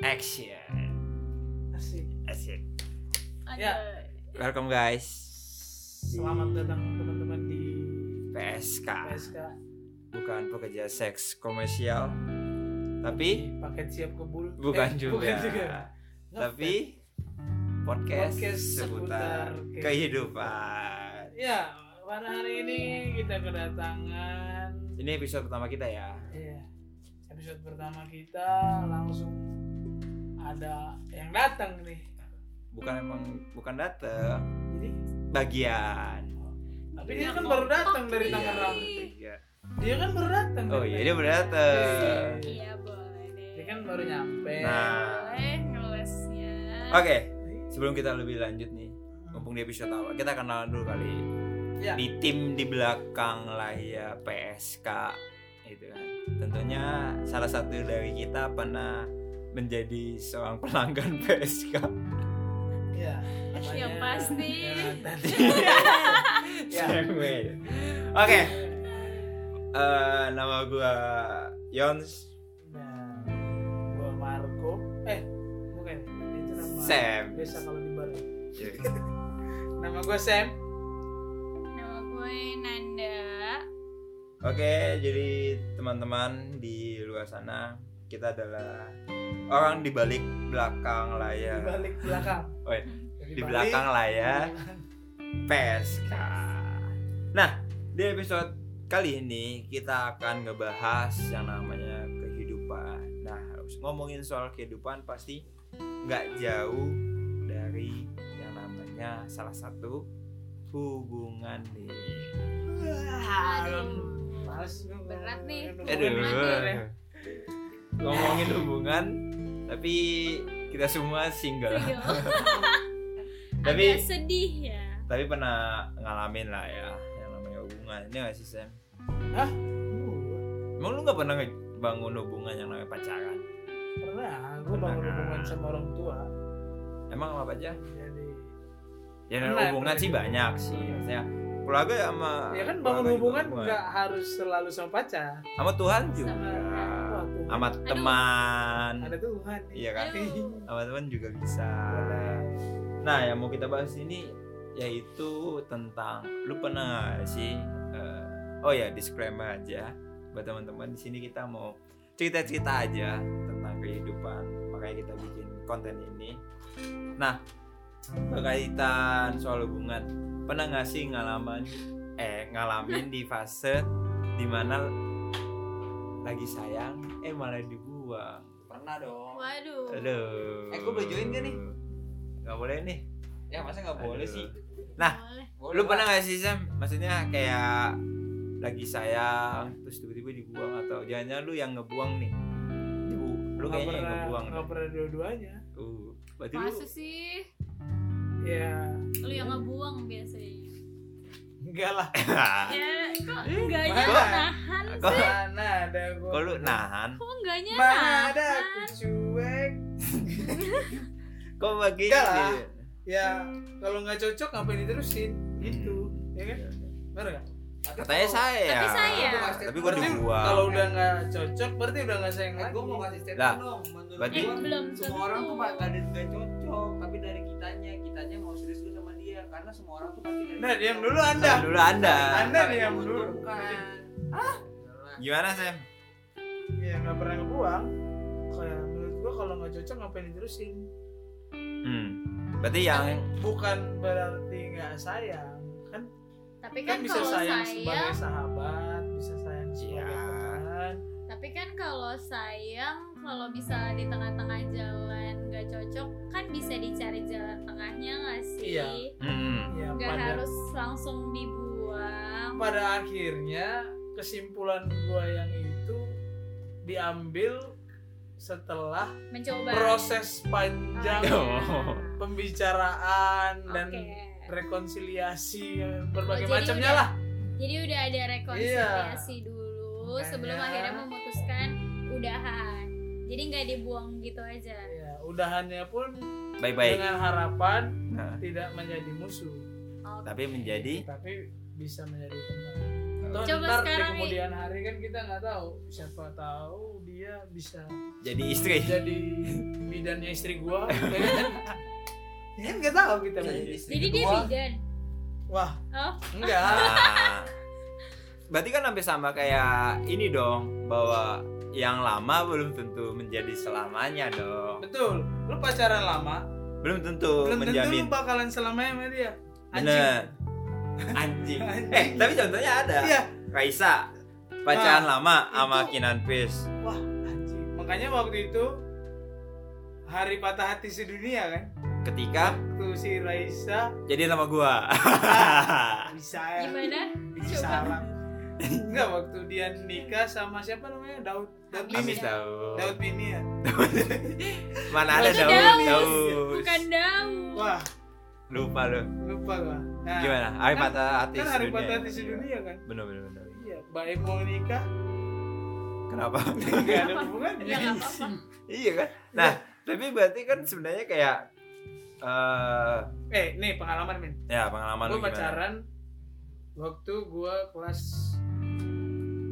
Action. Asik. Asik. Ya. Welcome guys. Selamat datang teman-teman di PSK. PSK Bukan pekerja seks komersial. Tapi paket siap kebul. bukan Eh, juga. Bukan juga. Ngefans. Tapi podcast, Podcast seputar seputar ke- kehidupan. Ya, pada hari ini kita kedatangan Ini episode pertama kita ya. ya, episode pertama kita langsung ada yang datang nih. Bukan emang bukan datang, Jadi, bagian. tapi dia kan baru datang dari Iya, Tangerang. iya. Dia kan baru datang. Oh dari iya dia Tangerang. baru datang. Iya. Iya boleh deh. Dia kan baru nyampe. Nah, Boleh ngelesnya. Ah. oke. Sebelum kita lebih lanjut nih, mumpung di episode awal, kita kenalan dulu kali. Ya. Di tim di belakang ya, layar PSK itu kan. Tentunya salah satu dari kita pernah menjadi seorang pelanggan PSK. Iya. Ya, namanya pasti. Iya. Yonatan. Ya. Cewek. Oke, Iya. eh, nama gua Yons Nah, gua Marco. Eh, bukan. Itu nama Sam. biasa kalau di Bali. Nama gua Sam. Nama gue Nanda. Oke, jadi teman-teman di luar sana, kita adalah orang di balik belakang Di layar. balik belakang. Wait, Dari Iya. di balik, belakang ya. layar belakang. PSK. Nah, di episode kali ini kita akan ngebahas yang namanya kehidupan. Nah, ngomongin soal kehidupan pasti nggak jauh dari yang namanya salah satu hubungan nih. Aduh. Aduh. Males gua ngomong- Berat nih. Aduh. Hubungan ya. Ngomongin hubungan, tapi kita semua Iya. single. Single. Tapi- Agak sedih ya. Tapi pernah ngalamin lah ya yang namanya hubungan. Ini nggak sih Sam? Uh, Emang lu nggak pernah bangun hubungan yang namanya pacaran? Pernah, gua bangun Pernah. hubungan sama orang tua. Emang apa aja? Jadi, Ya Pernah, namanya hubungan pernah. sih banyak sih. Maksudnya keluarga sama ya kan keluarga bangun juga hubungan nggak harus selalu sama pacar. sama Tuhan juga. Wah, Tuhan. Sama teman. Ada Tuhan. nih. Iya kan? Aduh. Sama teman juga bisa. Nah, yang mau kita bahas ini yaitu tentang lu pernah nggak sih eh, oh ya disclaimer aja buat teman-teman di sini kita mau cerita-cerita aja tentang kehidupan makanya kita bikin konten ini nah berkaitan soal hubungan pernah nggak sih ngalaman eh ngalamin di fase dimana lagi sayang eh malah dibuang Pernah dong. Waduh. aduh Eh, gua boleh join nggak nih? nggak boleh nih Ya masa nggak boleh Aduh. sih? Nah, Boleh. Boleh lu lah. pernah gak sih Sam maksudnya kayak lagi sayang terus tiba-tiba dibuang atau jangan lu yang ngebuang nih Dibu lu Nggak kayaknya yang pernah- ngebuang nggak pernah dua-duanya. deh. uh, berarti lu Masa sih? Ya, Lu yang ngebuang biasanya. enggak lah. Ya, kok enggaknya Ah. Mana? nahan? kok Mana ada gua. kok lu nahan Kok enggaknya Mana nahan? ada aku cuek. kok bagi Enggak lah. Ya, kalau nggak cocok ngapain diterusin? Hmm. Gitu, ya kan? Benar nggak? katanya saya Tapi sayang. tapi gua Berarti dibuang Kalau udah nggak cocok, berarti udah nggak sayang Ah, Eh, lagi. gua mau kasih statement Lah, dong. Menurut berarti- Eh, gua, belum semua tentu. orang tuh nggak ada nggak cocok, tapi dari kitanya, kitanya mau serius dulu sama dia, karena semua orang tuh pasti. Nah, diam dulu Anda. Nah, dulu anda Anda diam dulu. gimana Sam Ya nggak pernah ngebuang. Kayak menurut gua kalau nggak cocok ngapain diterusin? hmm. berarti yang Bukan berarti nggak sayang. Kan, Tapi kan, kan, bisa kalau sayang, sayang, sebagai sahabat, bisa sayang sebagai Iya. teman. tapi kan kalau sayang kalau bisa di tengah-tengah jalan nggak cocok kan bisa dicari jalan tengahnya nggak sih? Iya. hmm. Ya, Nggak pada, harus langsung dibuang. pada akhirnya kesimpulan gua yang itu diambil setelah Mencoba. Ah. proses panjang Oh. pembicaraan dan Oke. rekonsiliasi berbagai Oh, jadi macamnya udah- lah. Jadi udah ada rekonsiliasi dulu Iya. Makanya. sebelum akhirnya memutuskan udahan. Jadi nggak dibuang gitu aja. Ya, udahannya pun baik-baik dengan harapan Nah, tidak menjadi musuh, Oke. tapi menjadi tapi bisa menjadi teman. Oke. Toh Coba ntar di sekarang nih. kemudian hari kan kita nggak tahu siapa tahu dia bisa jadi istri jadi bidannya istri gua ya kan? Ya kan nggak tahu kita Jadi Bay. istri Jadi dia Wah. bidan. wah Oh, enggak Nah, berarti kan hampir sama kayak ini dong bahwa yang lama belum tentu menjadi selamanya dong betul lu pacaran lama belum tentu belum tentu menjamin lu bakalan selamanya sama dia bener anjing. Anjing. eh tapi contohnya ada iya Ah. Raisa pacaran lama sama itu- Kinan Fish wah anjing makanya waktu itu hari patah hati sedunia kan ketika waktu si Raisa jadi sama gua bisa gimana? bisa Coba. sarang enggak waktu dia nikah sama siapa namanya Daud Daud Bini habis tahu Daud Bini ya mana ada Itu Daud Daus. Daus. Bukan daun. wah lupa lu lupa gua nah, gimana hari Kan- patah hati kan hari sedunia. patah hati sedunia kan bener bener bener iya baik mau nikah kenapa enggak ada hubungannya Ya nggak apa-apa. iya kan nah tapi berarti kan sebenarnya kayak eh eh nih pengalaman min ya pengalaman gue lu gimana? pacaran waktu gue kelas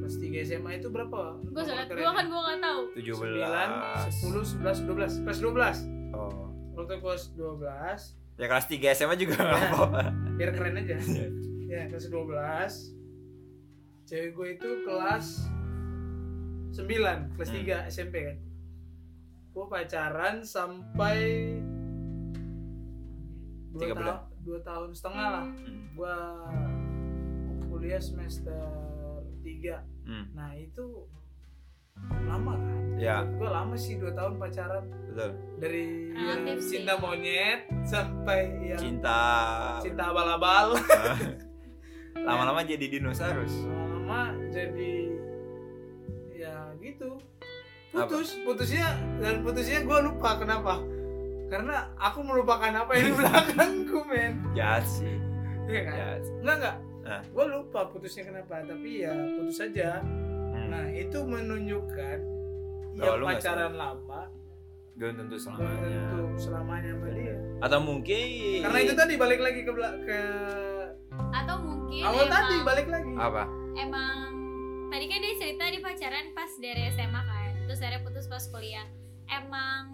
kelas 3 SMA itu berapa? Gue sangat gue kan gue nggak tahu. 17 9, 10, 11, 12 Kelas 12 oh Waktu kelas 12 ya kelas 3 SMA juga nggak Ya. apa-apa Biar keren aja Iya. Ya kelas 12 Cewek gue itu kelas 9 Kelas Hmm. 3 SMP kan Gue pacaran sampai 2 Tiga bulan. tahun, 2 tahun setengah lah Gue kuliah semester 3 hmm. Nah itu lama kan? ya Gue lama sih 2 tahun pacaran betul dari yang Relatif sih. cinta monyet sampai yang Iya. cinta, cinta abal-abal lama-lama jadi dinosaurus lama jadi ya gitu putus putusnya dan putusnya gue lupa kenapa karena aku melupakan apa yang di belakangku men jahat sih iya kan jahat enggak enggak Ah. gue lupa putusnya kenapa tapi ya putus aja Hmm. nah itu menunjukkan Bahwa yang lu nggak pacaran lama belum tentu belum tentu selamanya selamanya sama dia atau mungkin karena itu tadi balik lagi ke bela- ke Atau mungkin awal emang, tadi balik lagi apa emang tadi kan dia cerita di pacaran pas dari SMA kan. Terus akhirnya putus pas kuliah. Emang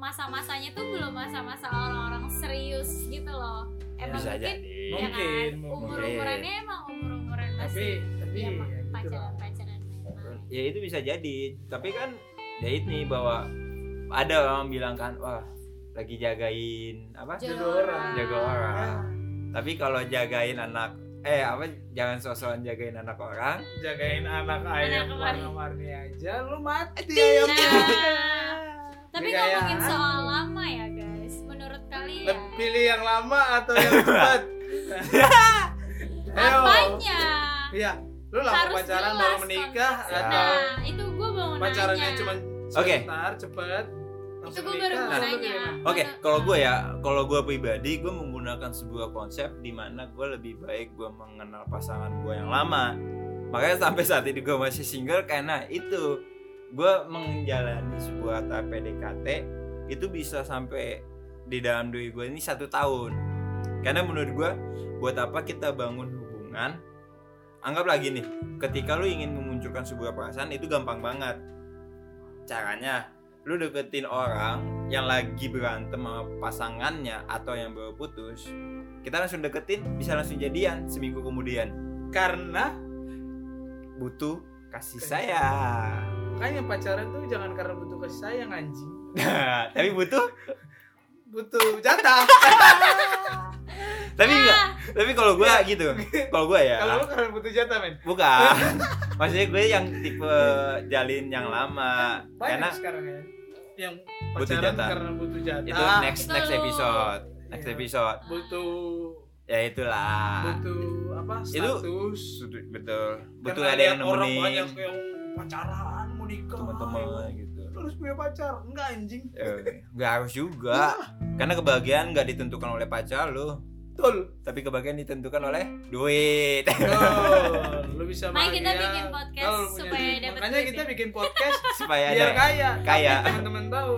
masa-masanya tuh belum masa-masa orang-orang serius gitu loh. Emang bisa mungkin jadi ya Mungkin, kan mungkin. umur-umurannya emang umur-umuran tapi masih tapi ya, ya gitu lah. pacaran-pacaran. main-main. ya itu bisa jadi tapi kan ya ini bahwa ada orang bilang kan wah lagi jagain apa Jaga orang. jaga orang tapi kalau jagain anak eh apa jangan sosokan jagain anak orang jagain anak ayam kemarin. warna-warni aja lu mati Nah, ayam tapi Kayak- ngomongin soal lama ya guys, menurut kalian Leb- pilih yang lama atau yang cepat Ayo. apanya? iya lu lama Harus pacaran jelas baru menikah konteksnya. atau Nah, itu gue mau nanya. Nah, pacarannya cuma Oke. sebentar cepet itu langsung gue baru nikah, lu mau nanya. gimana? oke kalau gue ya kalau gue pribadi gue menggunakan sebuah konsep di mana gue lebih baik gue mengenal pasangan gue yang lama makanya sampai saat ini gue masih single karena itu gue menjalani sebuah tahap PDKT itu bisa sampai di dalam diri gue ini satu tahun karena menurut gue buat apa kita bangun hubungan anggap lagi nih ketika lu ingin memunculkan sebuah perasaan itu gampang banget caranya lu deketin orang yang lagi berantem sama pasangannya atau yang baru putus kita langsung deketin bisa langsung jadian seminggu kemudian karena butuh kasih Kasih sayang makanya pacaran tuh jangan karena butuh kasih sayang anjing Nah, tapi butuh butuh jatah tapi enggak Ah, tapi kalau gue gitu kalau gue ya Iya. kalau lu karena butuh jatah men bukan maksudnya gue yang tipe jalin yang lama banyak karena sekarang ya yang Butuh pacaran jatah. karena butuh jatah itu next Itu next lu. episode next Iya. episode butuh ya itulah butuh apa Itu status Sudut- betul Karena betul ada yang lihat orang nemenin banyak yang pacaran mau nikah teman-teman gitu Lu harus punya pacar enggak anjing Eh, nggak harus juga karena kebahagiaan nggak ditentukan oleh pacar lo betul tapi kebahagiaan ditentukan oleh duit Tuh, lu bisa Mari kita bahagia bikin podcast ya. kalau lu punya supaya duit. dapat makanya duit kita ya. bikin podcast supaya biar Iya, ada kaya Kaya. Tapi teman-teman tahu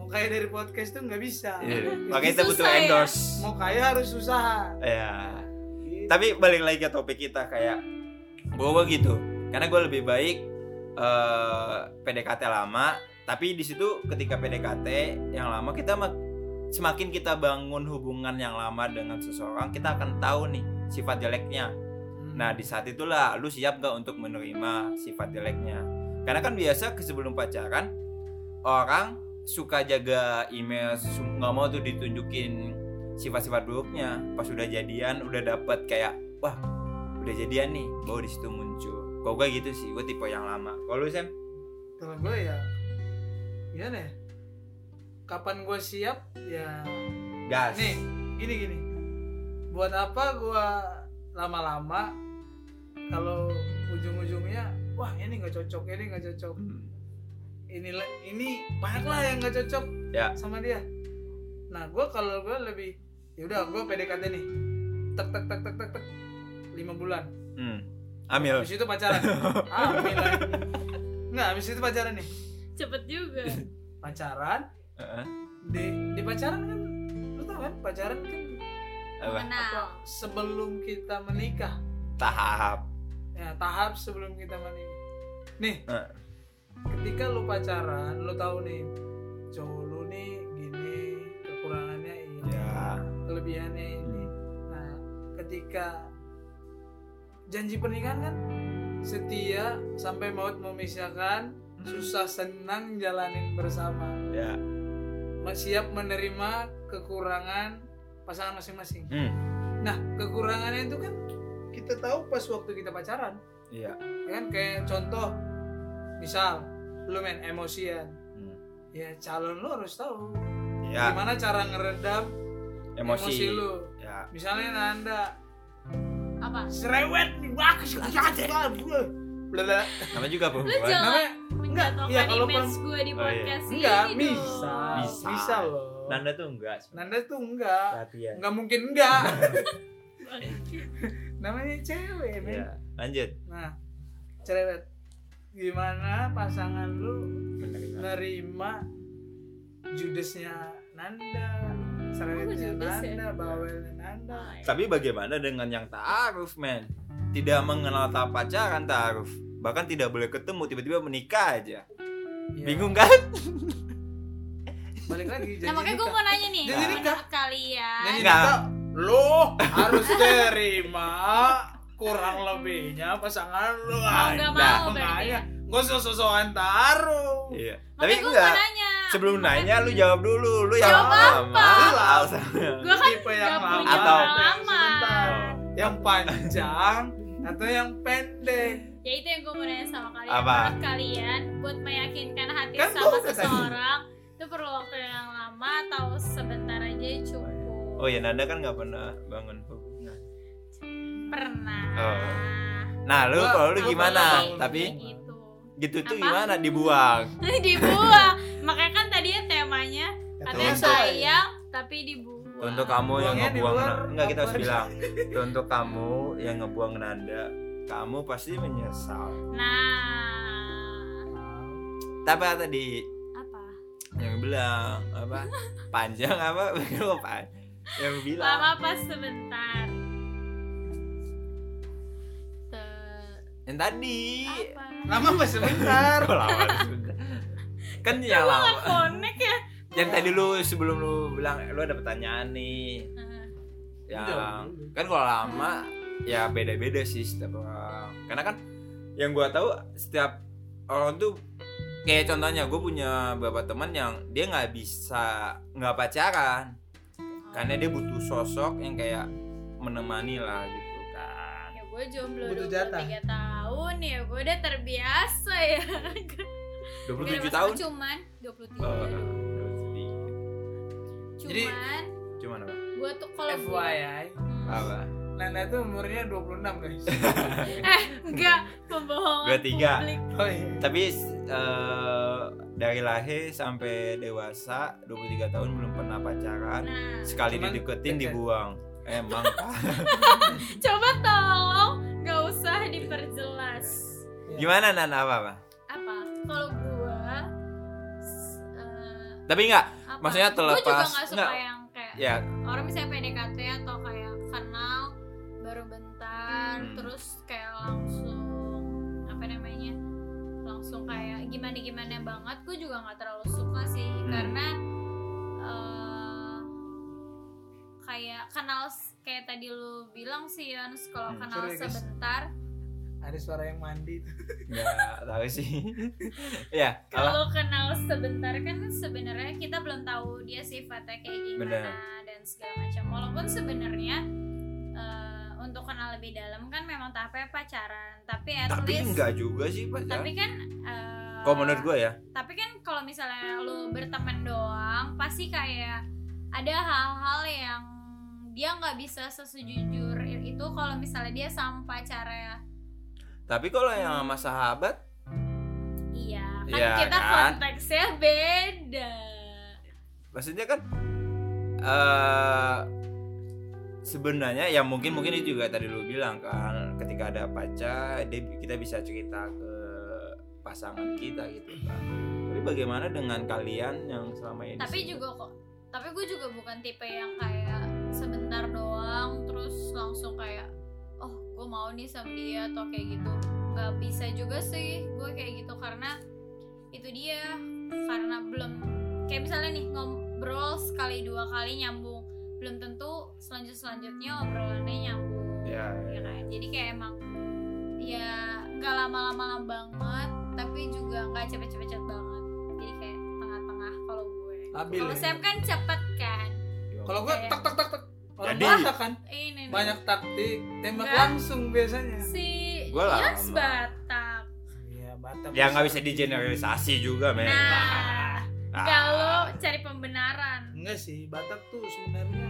mau kaya dari podcast tuh nggak bisa Iya, makanya kita butuh Susah ya. endorse Iya. mau kaya harus Gitu. usaha ya tapi balik lagi ke topik kita kayak Gue gitu. Karena gue lebih baik eh, PDKT lama, tapi di situ ketika PDKT yang lama kita mak- semakin kita bangun hubungan yang lama dengan seseorang, kita akan tahu nih sifat jeleknya. Hmm. Nah di saat itulah lu siap gak untuk menerima sifat jeleknya Karena kan biasa ke- sebelum pacaran Orang suka jaga image su- nggak mau tuh ditunjukin sifat-sifat buruknya Pas udah jadian udah dapet kayak Wah udah jadian nih baru disitu muncul Kalau gue gitu sih gue tipe yang lama Kalau lu Sam? kalau gue ya gimana ya kapan gue siap ya Gas nih gini gini buat apa gue lama-lama kalau ujung-ujungnya wah ini nggak cocok ini nggak cocok Hmm. ini le- ini banyak lah yang nggak cocok Ya. sama dia nah gue kalau gue lebih ya udah gue PDKT nih tek tek tek tek tek tek lima bulan Hmm. Amil habis itu pacaran ah gila. nggak habis itu pacaran nih cepet juga pacaran Heeh. di di pacaran kan lu tau kan pacaran kan Apa? apa, kenal sebelum kita menikah Tahap ya tahap sebelum kita menikah nih Eh. ketika lu pacaran lu tahu nih cowok lu nih gini kekurangannya ini Ya kelebihannya ini nah ketika janji pernikahan kan setia sampai maut memisahkan susah senang jalanin bersama Ya siap menerima kekurangan pasangan masing-masing Hmm. nah kekurangannya itu kan kita tahu pas waktu kita pacaran Iya ya kan kayak contoh misal lu main emosian Hmm. ya calon lu harus tahu Ya gimana cara ngeredam emosi, Emosi lu Ya misalnya Nanda apa serewet nih wah kesel banget, bro. Blablabla. Nama juga lu perempuan. jangan namanya menjatuhkan iya, kalau image gue di Oh, iya. podcast ini enggak dong. bisa Bisa. bisa loh Nanda tuh enggak. Nanda tuh enggak Perhatian. enggak mungkin enggak namanya cewek men Iya. Ya. Lanjut. nah cerewet gimana pasangan lu Menerima. nerima judesnya Nanda serewetnya Oh, judes ya? Nanda bawelnya Nanda Ah. Tapi bagaimana dengan yang taaruf, men? Tidak mengenal tahap pacaran taaruf. Bahkan tidak boleh ketemu, tiba-tiba menikah aja. Ya, Bingung kan? balik lagi jadi kan nah makanya gue mau nanya nih Jadi menurut nikah. kalian Jadi Enggak. kita lo harus terima kurang lebihnya pasangan lo mau nggak Nah, mau berarti ya? makanya nggak iya. sosok-sosokan taruh Iya. Tapi makanya gue mau enggak. nanya Sebelum nanya lu jawab dulu, lu yang Jawab lama. apa? alasannya. gue kan tipe nggak yang punya lama Atau- pengalaman yang panjang atau yang pendek ya itu yang gue mau nanya sama kalian Hmm. Apa? menurut kalian buat meyakinkan hati Kan sama gua udah tadi. seseorang itu perlu waktu yang lama atau sebentar aja cukup Oh ya Nanda kan nggak pernah bangun hubungan. pernah Oh. Nah lu Gua- kalau lu Tahu gimana? banget, Tapi kayak gitu gitu tuh Apa? gimana dibuang? dibuang makanya kan tadinya temanya katanya Untuk- sayang tapi dibuang Untuk kamu yang Buangnya di ngebuang luar Enggak kita harus apa? bilang Untuk kamu yang ngebuang Nanda Kamu pasti menyesal nah Tapi apa tadi apa yang bilang apa panjang apa lupa yang lama bilang apa sebentar Te- yang tadi Iya, apa lama apa sebentar Kok lama sudah kan yang Gua nggak lama connect ya yang tadi lu sebelum lu bilang lu ada pertanyaan nih yang kan kalau lama ya beda-beda sih setiap orang karena kan yang gua tahu setiap orang tuh kayak contohnya gue punya beberapa teman yang dia nggak bisa nggak pacaran karena dia butuh sosok yang kayak menemani lah gitu kan ya gue jomblo Butuh 23 jatah. tahun ya gue udah terbiasa ya 27 Gara-gara tahun cuman 23 Oh, doang. sedikit. Jadi- cuman cuman apa gue tuh kalau gua- Hmm. FYI ya? apa Nanda tuh umurnya 26 guys eh enggak pembohongan 23. publik oh iya tapi eh, dari lahir sampai dewasa 23 tahun belum pernah pacaran nah sekali Cuman dideketin deket. dibuang emang Pak. coba tolong nggak usah diperjelas gimana nan apa Pak? apa kalau gue tapi enggak Maksudnya gue juga terlepas- nggak suka nggak. yang kayak ya orang misalnya PDKT atau kayak kenal baru bentar Hmm. terus kayak langsung gimana gimana banget gue juga nggak terlalu suka sih karena eh, kayak kenal s- kayak tadi lu bilang sih Yons kalau Hmm. kenal Sorry, guys. sebentar ada suara yang mandi nggak tahu sih ya alah kalau kenal sebentar kan sebenarnya kita belum tahu dia sifatnya kayak gimana dan segala macam walaupun sebenarnya eh, untuk kenal lebih dalam kan memang tahapnya pacaran tapi at tapi least enggak juga sih pak tapi kan eh, kok menurut gue ya tapi kan kalau misalnya lu berteman doang pasti kayak ada hal-hal yang dia nggak bisa sesejujur itu kalau misalnya dia sama pacarnya tapi kalau yang sama sahabat iya kan Iya kita kan? konteksnya beda maksudnya kan eh sebenarnya ya mungkin mungkin itu juga tadi lu bilang kan ketika ada pacar dia, kita bisa cerita ke pasangan kita gitu kan tapi bagaimana dengan kalian yang selama ini tapi juga kok tapi gue juga bukan tipe yang kayak sebentar doang terus langsung kayak oh gue mau nih sama dia atau kayak gitu nggak bisa juga sih gue kayak gitu karena itu dia karena belum kayak misalnya nih ngobrol sekali dua kali nyambung belum tentu selanjut selanjutnya obrolannya nyambung Ya. ya kan? jadi kayak emang ya nggak lama-lama banget tapi juga nggak cepet-cepet banget jadi kayak tengah-tengah kalau gue Labil kalau ya? Sam kan cepet kan kalau gua Kayak- tak tak tak tak orang Jadi- Batak kan ini nih. banyak taktik tembak Enggak. langsung biasanya si Gua lama. Yos Batak iya Batak ya nggak bisa digeneralisasi juga men nah Ah. kalau cari pembenaran enggak sih Batak tuh sebenarnya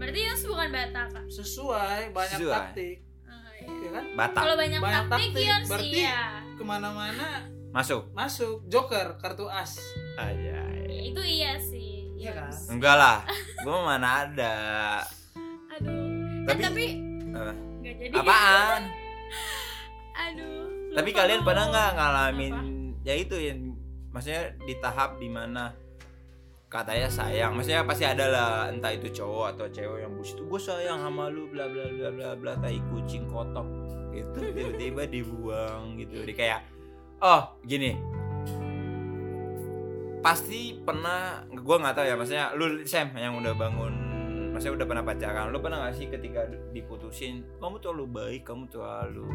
berarti Yos bukan Batak kan? sesuai banyak Sesuai. taktik Oh, iya. ya kan batak kalau banyak, Banyak taktik, taktik, Yos berarti- iya kemana-mana masuk masuk joker kartu as aja Ya, itu iya sih Iya kan? Yos. enggak lah gua mana ada aduh tapi, Tapi- tapi Eh. nggak jadi apaan aduh Tapi lupa kalian ngomong. pernah nggak ngalamin ya itu yang maksudnya di tahap dimana katanya sayang, maksudnya pasti ada lah entah itu cowok atau cewek yang bus itu gue sayang sama lu bla bla bla bla bla tai kucing kotok itu tiba-tiba dibuang gitu, di kayak oh gini pasti pernah gue nggak tahu ya maksudnya lu Sam yang udah bangun maksudnya udah pernah pacaran lu pernah gak sih ketika diputusin kamu terlalu baik kamu terlalu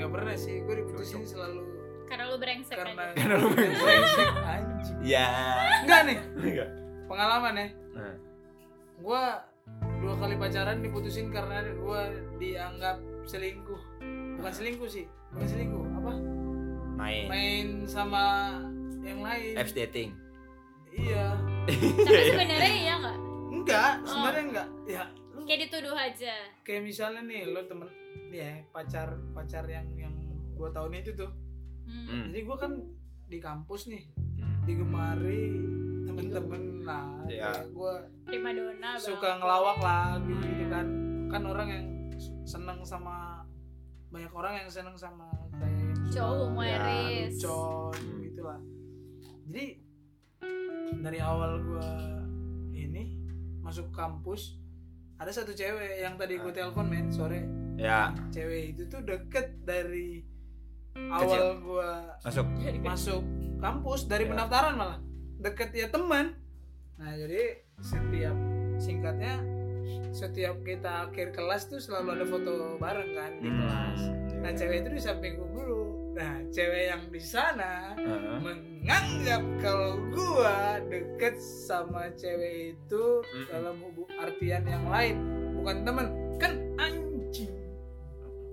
nggak pernah sih gue diputusin selalu karena lu brengsek karena aja. Karena lu pengen brengsek anjing ya enggak nih enggak pengalaman ya Nah, gue dua kali pacaran diputusin karena gue dianggap selingkuh bukan selingkuh sih bukan selingkuh apa Eh. main. main sama yang lain apps dating. iya tapi sebenarnya iya nggak enggak Oh. sebenarnya enggak ya lu kayak dituduh aja kayak misalnya nih lo temen nih ya pacar pacar yang yang dua tahun itu tuh hmm. Hmm. jadi gue kan di kampus nih Hmm. digemari temen-temen lah Iya. gue primadona banget. suka ngelawak lah gitu, gitu kan kan orang yang seneng sama banyak orang yang seneng sama kayak yang suka cowok Ya, humoris lucon gitu lah jadi dari awal gua ini masuk kampus ada satu cewek yang tadi gue telepon men sore Ya, cewek itu tuh deket dari awal gua masuk. Hmm. masuk kampus dari Ya. pendaftaran malah deket ya teman nah jadi setiap singkatnya setiap kita akhir kelas tuh selalu ada foto bareng kan di Hmm. kelas nah Iya. cewek itu di samping gue dulu nah cewek yang di sana Heeh. menganggap kalau gua deket sama cewek itu Mm-mm. dalam hubu- artian yang lain bukan teman kan anjing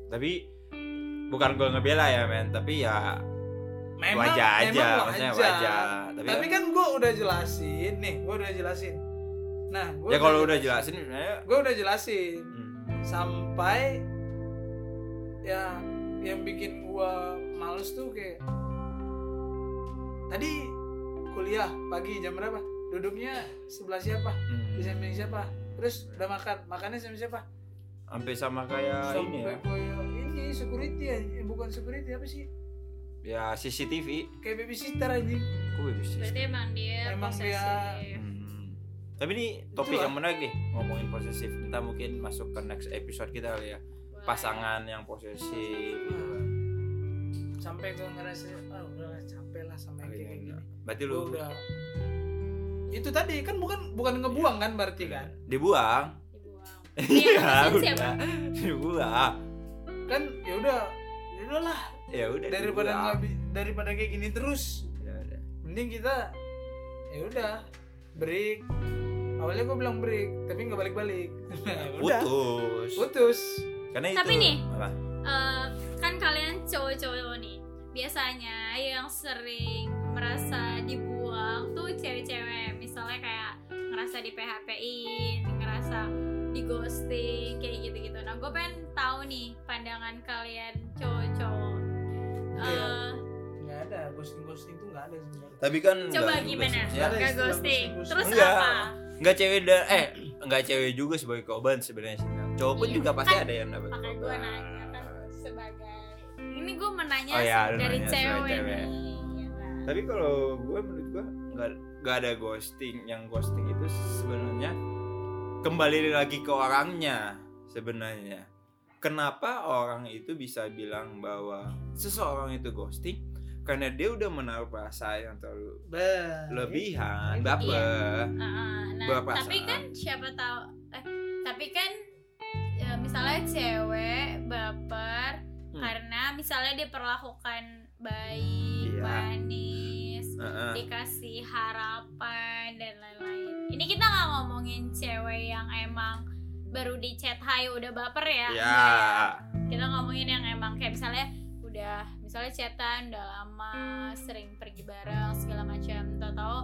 Tapi bukan gue ngebela ya, men, tapi ya wajah aja, memang maksudnya wajah. Tapi, tapi kan gue udah jelasin nih gue udah jelasin nah gue ya kalau udah jelasin sebenarnya gue udah jelasin hmm. sampai ya yang bikin gue males tuh kayak tadi kuliah pagi jam berapa duduknya sebelah siapa di Hmm. samping siapa terus udah makan makannya sama siapa sampai sama kayak Sampai ini ya. kayak ini security aja. Eh, bukan security apa sih Ya CCTV, kayak babysitter aja gue bisa. berarti emang dia Emang posesif. dia- Hmm. Tapi ini topik Itulah. yang menarik nih ngomongin posesif. Kita mungkin masuk Nah. ke next episode kita kali ya. Boleh. Pasangan yang posesif. gitu. sama Nah, sampai gue ngerasa ah udah lah, capek lah sama yang kayak gini Berarti Gua lu udah itu tadi kan bukan bukan ngebuang Iya. kan berarti kan dibuang. dibuang Iya, maksudnya siapa? udah. Dibuang. kan ya udah ya udahlah Ya udah. daripada dibuang. nggak bi- daripada kayak gini terus Ya udah. mending kita ya udah break awalnya gue bilang break tapi nggak balik balik Ya udah Putus. putus Karena itu. Tapi nih. Apa? Eh, kan kalian cowok-cowok nih biasanya yang sering merasa dibuang tuh cewek-cewek misalnya kayak ngerasa di PHP in ngerasa di ghosting kayak gitu-gitu nah gue pengen tahu nih pandangan kalian cowok-cowok Eh, nggak ada ghosting ghosting tuh nggak ada sebenarnya Tapi kan coba enggak juga gimana sih. Ya, Ada nggak istilah ghosting ghosting-ghosting. terus Enggak. apa enggak cewek dan eh enggak cewek juga sebagai korban sebenarnya. sih. Cowok pun Iya. juga pasti Kan- ada yang dapat makanya gue korban. nanya kan sebagai ini gue menanya Oh iya, lu dari nanya sebagai cewek, cewek. nih, ya kan? Tapi kalau gue menurut gue nggak nggak ada ghosting. Yang ghosting itu sebenarnya kembali lagi ke orangnya sebenarnya. Kenapa orang itu bisa bilang bahwa seseorang itu ghosting? Karena dia udah menaruh perasaan yang terlalu Bah, lebihan, Iya. baper. Heeh, nah, Berperasaan. tapi kan siapa tahu eh tapi kan ya, misalnya cewek baper Hmm. karena misalnya diperlakukan baik, Iya. Nah. manis, Heeh. dikasih harapan dan lain-lain. Ini kita nggak ngomongin cewek yang emang baru di chat hai udah baper ya. Ya, Kita ngomongin yang emang kayak misalnya udah misalnya chatan udah lama sering pergi bareng segala macam tau-tau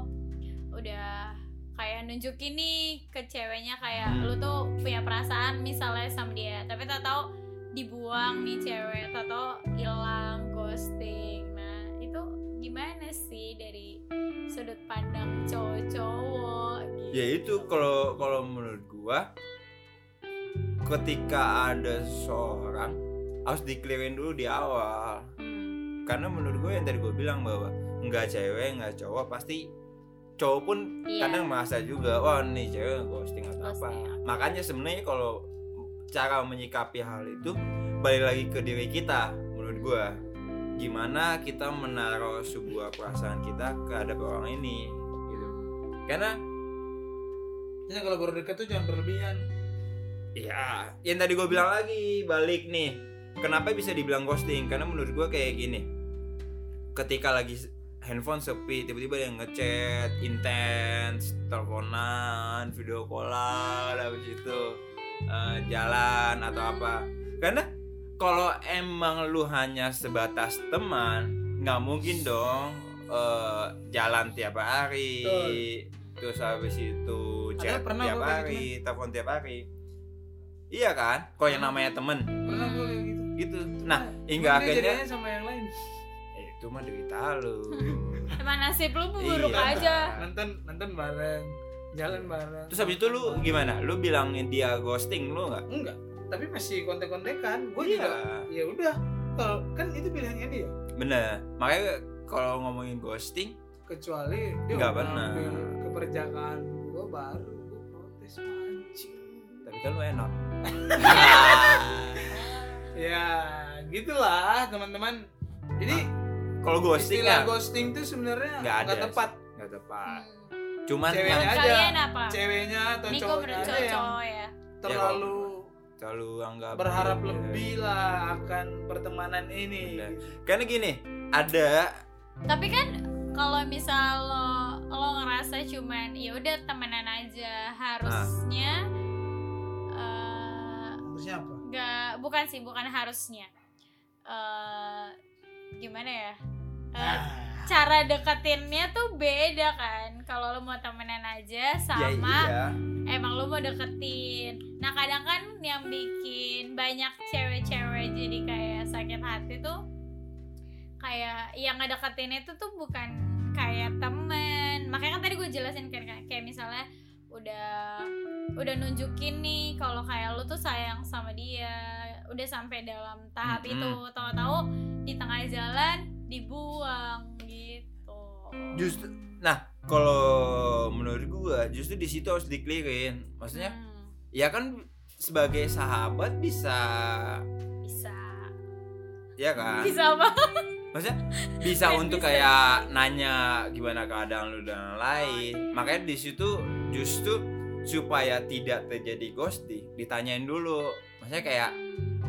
udah kayak nunjukin nih ke ceweknya kayak Hmm. lu tuh punya perasaan misalnya sama dia tapi tau-tau dibuang nih cewek tau-tau hilang ghosting nah itu gimana sih dari sudut pandang cowok-cowok gitu ya itu kalau kalau menurut gua ketika ada seorang harus dikelirin dulu di awal. Hmm. karena menurut gue yang tadi gue bilang bahwa nggak cewek nggak cowok pasti cowok pun Iya. kadang merasa juga wah nih cewek ghosting atau apa Ghosting. makanya sebenarnya kalau cara menyikapi hal itu balik lagi ke diri kita menurut gue gimana kita menaruh sebuah perasaan kita ke hadapan orang ini gitu karena Jadi kalau baru deket tuh jangan berlebihan. ya yang tadi gue bilang lagi balik nih kenapa bisa dibilang ghosting karena menurut gue kayak gini ketika lagi s- handphone sepi tiba-tiba ada yang ngechat intens teleponan video callan habis itu eh, jalan atau apa karena kalau emang lu hanya sebatas teman nggak mungkin dong eh, jalan tiap hari terus habis itu chat Padahal pernah tiap gua kayak hari telepon tiap hari iya kan kalau yang namanya temen Pernah gue kayak gitu. gitu nah hingga Cuman dia akhirnya jadinya sama yang lain. eh, itu mah derita lu emang nasib lu buruk Iya. aja Nonton nonton bareng, jalan bareng. terus habis itu lu gimana lu bilangin dia ghosting lu nggak enggak, tapi masih kontek-kontekan. Gue Iya. juga ya udah. Kalau kan itu pilihannya dia. bener makanya kalau ngomongin ghosting Kecuali dia Nggak udah benar. ambil keperjakaan gue baru gue protes mancing. tapi kan lu enak Ya gitulah teman-teman. Jadi kalau Nah, ghosting istilah ya ghosting tuh sebenarnya Nggak ada nggak tepat. nggak tepat Hmm. cuman Cewek yang aja. kalian apa Ceweknya atau ini gue cowoknya menurut aja yang cowok ya terlalu terlalu anggap berharap Iya. lebih lah akan pertemanan ini. Benar. karena gini ada tapi kan kalau misal lo, lo ngerasa cuman ya udah temenan aja harusnya eh, Harusnya apa? nggak bukan sih bukan harusnya Eh, gimana ya Eh, Nah, cara deketinnya tuh beda kan kalau lo mau temenan aja ya sama iya emang lu mau deketin nah kadang kan yang bikin banyak cewek-cewek jadi kayak sakit hati tuh kayak yang ngedeketin itu tuh bukan kayak temen makanya kan tadi gue jelasin kan kayak- kayak misalnya udah udah nunjukin nih kalau kayak lu tuh sayang sama dia udah sampai dalam tahap Mm-mm. itu tahu-tahu di tengah jalan dibuang gitu justru nah kalau menurut gua justru di situ harus diklirin maksudnya Hmm, ya kan sebagai sahabat bisa bisa ya kan bisa apa maksudnya bisa Nggak untuk Iya, bisa. kayak nanya gimana keadaan lu dan lain-lain Oh, iya. makanya di situ justru supaya tidak terjadi ghosting ditanyain dulu maksudnya kayak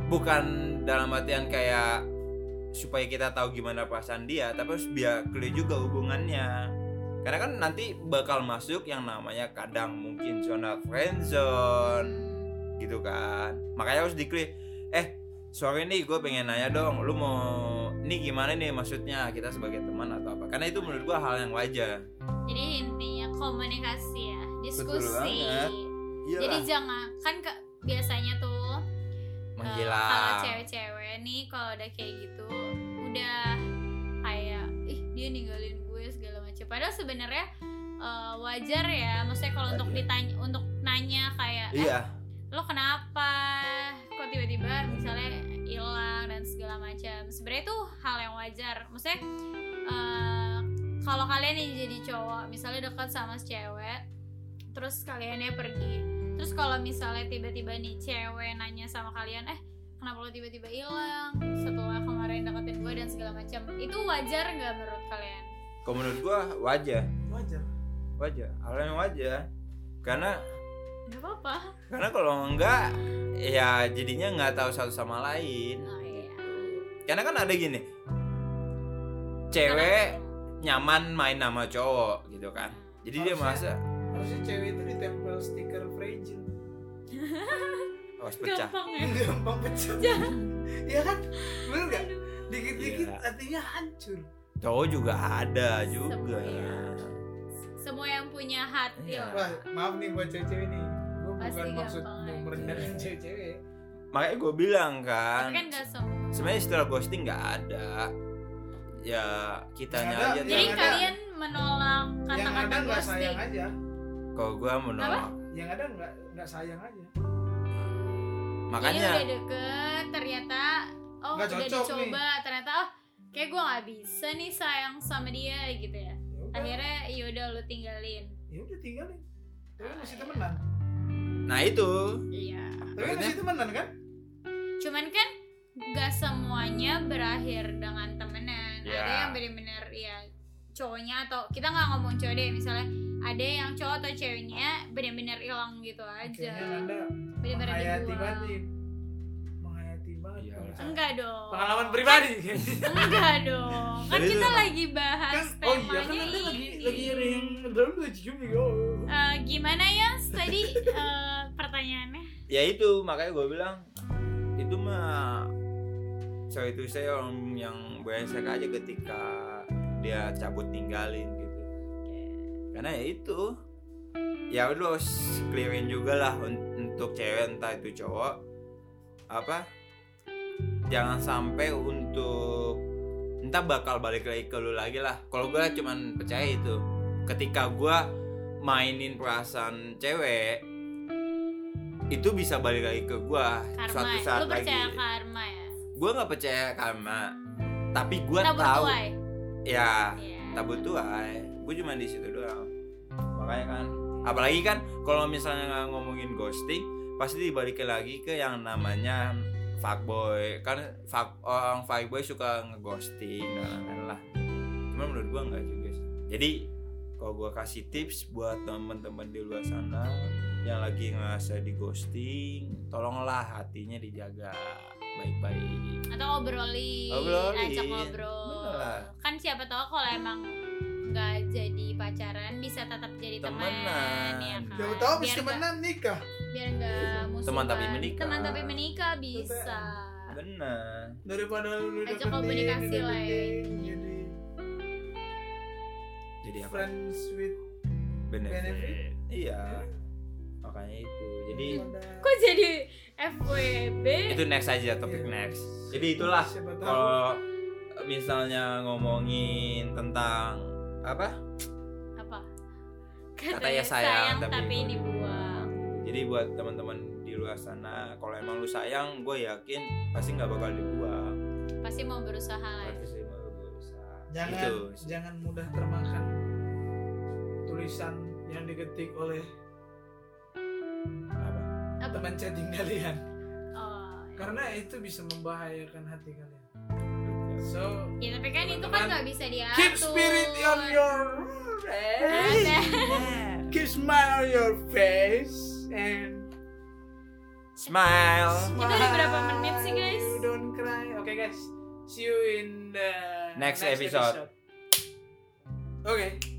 bukan dalam artian kayak supaya kita tahu gimana perasaan dia tapi harus biar clear juga hubungannya karena kan nanti bakal masuk yang namanya kadang mungkin zona friendzone gitu kan makanya harus diklik eh sorry nih gue pengen nanya dong lu mau ini gimana nih maksudnya kita sebagai teman atau apa karena itu menurut gue hal yang wajar jadi intinya komunikasi ya diskusi banget. Iya. jadi jangan kan ke- biasanya tuh eh, kalau menghilang cewek-cewek nih kalau udah kayak gitu udah kayak ih dia ninggalin gue segala macam padahal sebenarnya eh, wajar ya maksudnya kalau untuk Wajar. ditanya untuk nanya kayak "Eh, iya lo kenapa kok tiba-tiba misalnya hilang dan segala macam sebenarnya itu hal yang wajar maksudnya eh, kalau kalian yang jadi cowok misalnya dekat sama si cewek terus kaliannya pergi terus kalau misalnya tiba-tiba nih cewek nanya sama kalian eh kenapa lo tiba-tiba hilang setelah kemarin deketin gue dan segala macam itu wajar nggak menurut kalian kalau menurut gue wajar wajar wajar hal yang wajar karena nggak apa-apa karena kalau enggak ya jadinya nggak tahu satu sama lain oh, iya. karena kan ada gini cewek nyaman main sama cowok gitu kan jadi dia merasa Harusnya. harusnya cewek itu ditempel stiker fragile awas pecah gampang ya gampang pecah ya kan bener gak Iya. Aduh. dikit-dikit Iya. artinya hancur cowok juga ada juga Semuanya. semua yang punya hati Iya. wah orang. maaf nih buat cewek-cewek nih gue Pasti bukan maksud gampang. mau merendahkan Iya. cewek-cewek makanya gue bilang tapi kan, kan nggak semua sebenarnya istilah ghosting nggak ada ya kitanya Nggak ada, aja Jadi Yang ada- kalian menolak yang ada kata-kata nggak sayang ghosting. aja kalau gue menolak yang ada nggak nggak sayang aja Jadi makanya udah deket, ternyata oh Nggak udah cocok dicoba, ternyata oh kayak gue nggak bisa nih sayang sama dia gitu ya. Ya udah. Akhirnya yaudah lu tinggalin. ya udah tinggalin tapi masih temenan nah itu Iya. tapi Maksudnya? masih temenan kan Cuman kan nggak semuanya berakhir dengan temenan. Ya. Ada yang bener-bener ya cowoknya atau kita nggak ngomong cowok deh misalnya ada yang cowok atau ceweknya bener-bener hilang gitu aja. akhirnya anda Bener-bener menghayati dibuang. batin menghayati banget Iya. Enggak Kan dong. pengalaman pribadi Enggak dong. Kan Jadi kita itu- lagi bahas kan oh iya temanya kan anda lagi ini. lagi ada yang dalam udah cium juga Eh, gimana ya tadi eh, pertanyaannya? ya itu makanya gue bilang itu mah saya itu saya orang yang beresek aja ketika dia cabut ninggalin gitu karena ya itu ya lu harus clearin juga lah un- untuk cewek entah itu cowok apa jangan sampai untuk entah bakal balik lagi ke lu lagi lah kalau gue cuman percaya itu ketika gue mainin perasaan cewek itu bisa balik lagi ke gue Karma. ya? suatu Lu saat lagi percaya karma ya? gue nggak percaya karma tapi gue Kita tahu bertuai. ya Iya. tak butuh ay gue cuma di situ doang makanya kan apalagi kan kalau misalnya nggak ngomongin ghosting pasti dibalikin lagi ke yang namanya fuckboy kan fuck, orang fuckboy suka ngeghosting dan lain-lain lah cuman menurut gua nggak juga sih jadi kalau gua kasih tips buat teman-teman di luar sana yang lagi ngerasa di ghosting tolonglah hatinya dijaga baik-baik Atau obrolin, Obrolin. ajak ngobrol. Bener lah. Kan siapa tahu kalau emang nggak jadi pacaran bisa tetap jadi teman Temenan. ya kan. jauh tahu habis Biar nggak- temenan nikah biar nggak musuhan. Teman tapi menikah. Teman tapi menikah bisa. benar daripada lu Ajak dideketin, komunikasi dideketin, lain. jadi jadi apa friends with ya, benefit. Benefit. Iya. Makanya itu. Jadi Kok jadi FWB? itu next aja topik Iya. next. Jadi itulah siapa tahu kalau misalnya ngomongin tentang apa? apa Katanya ya, sayang, tapi tapi dibuang. dibuang Jadi buat teman-teman di luar sana, kalau emang lu sayang, gue yakin pasti nggak bakal dibuang. pasti mau berusaha lah ya. Pasti sih mau berusaha. jangan Itu. jangan mudah termakan tulisan yang diketik oleh Apa? apa teman chatting kalian oh, karena itu bisa membahayakan hati kalian so ya tapi kan itu kan Teman-teman, nggak bisa diatur Keep spirit on your Nah, face. Keep smile on your face and Smile. smile. Kita udah berapa menit sih, guys? Don't cry. Oke guys, see you in the Next episode. Oke.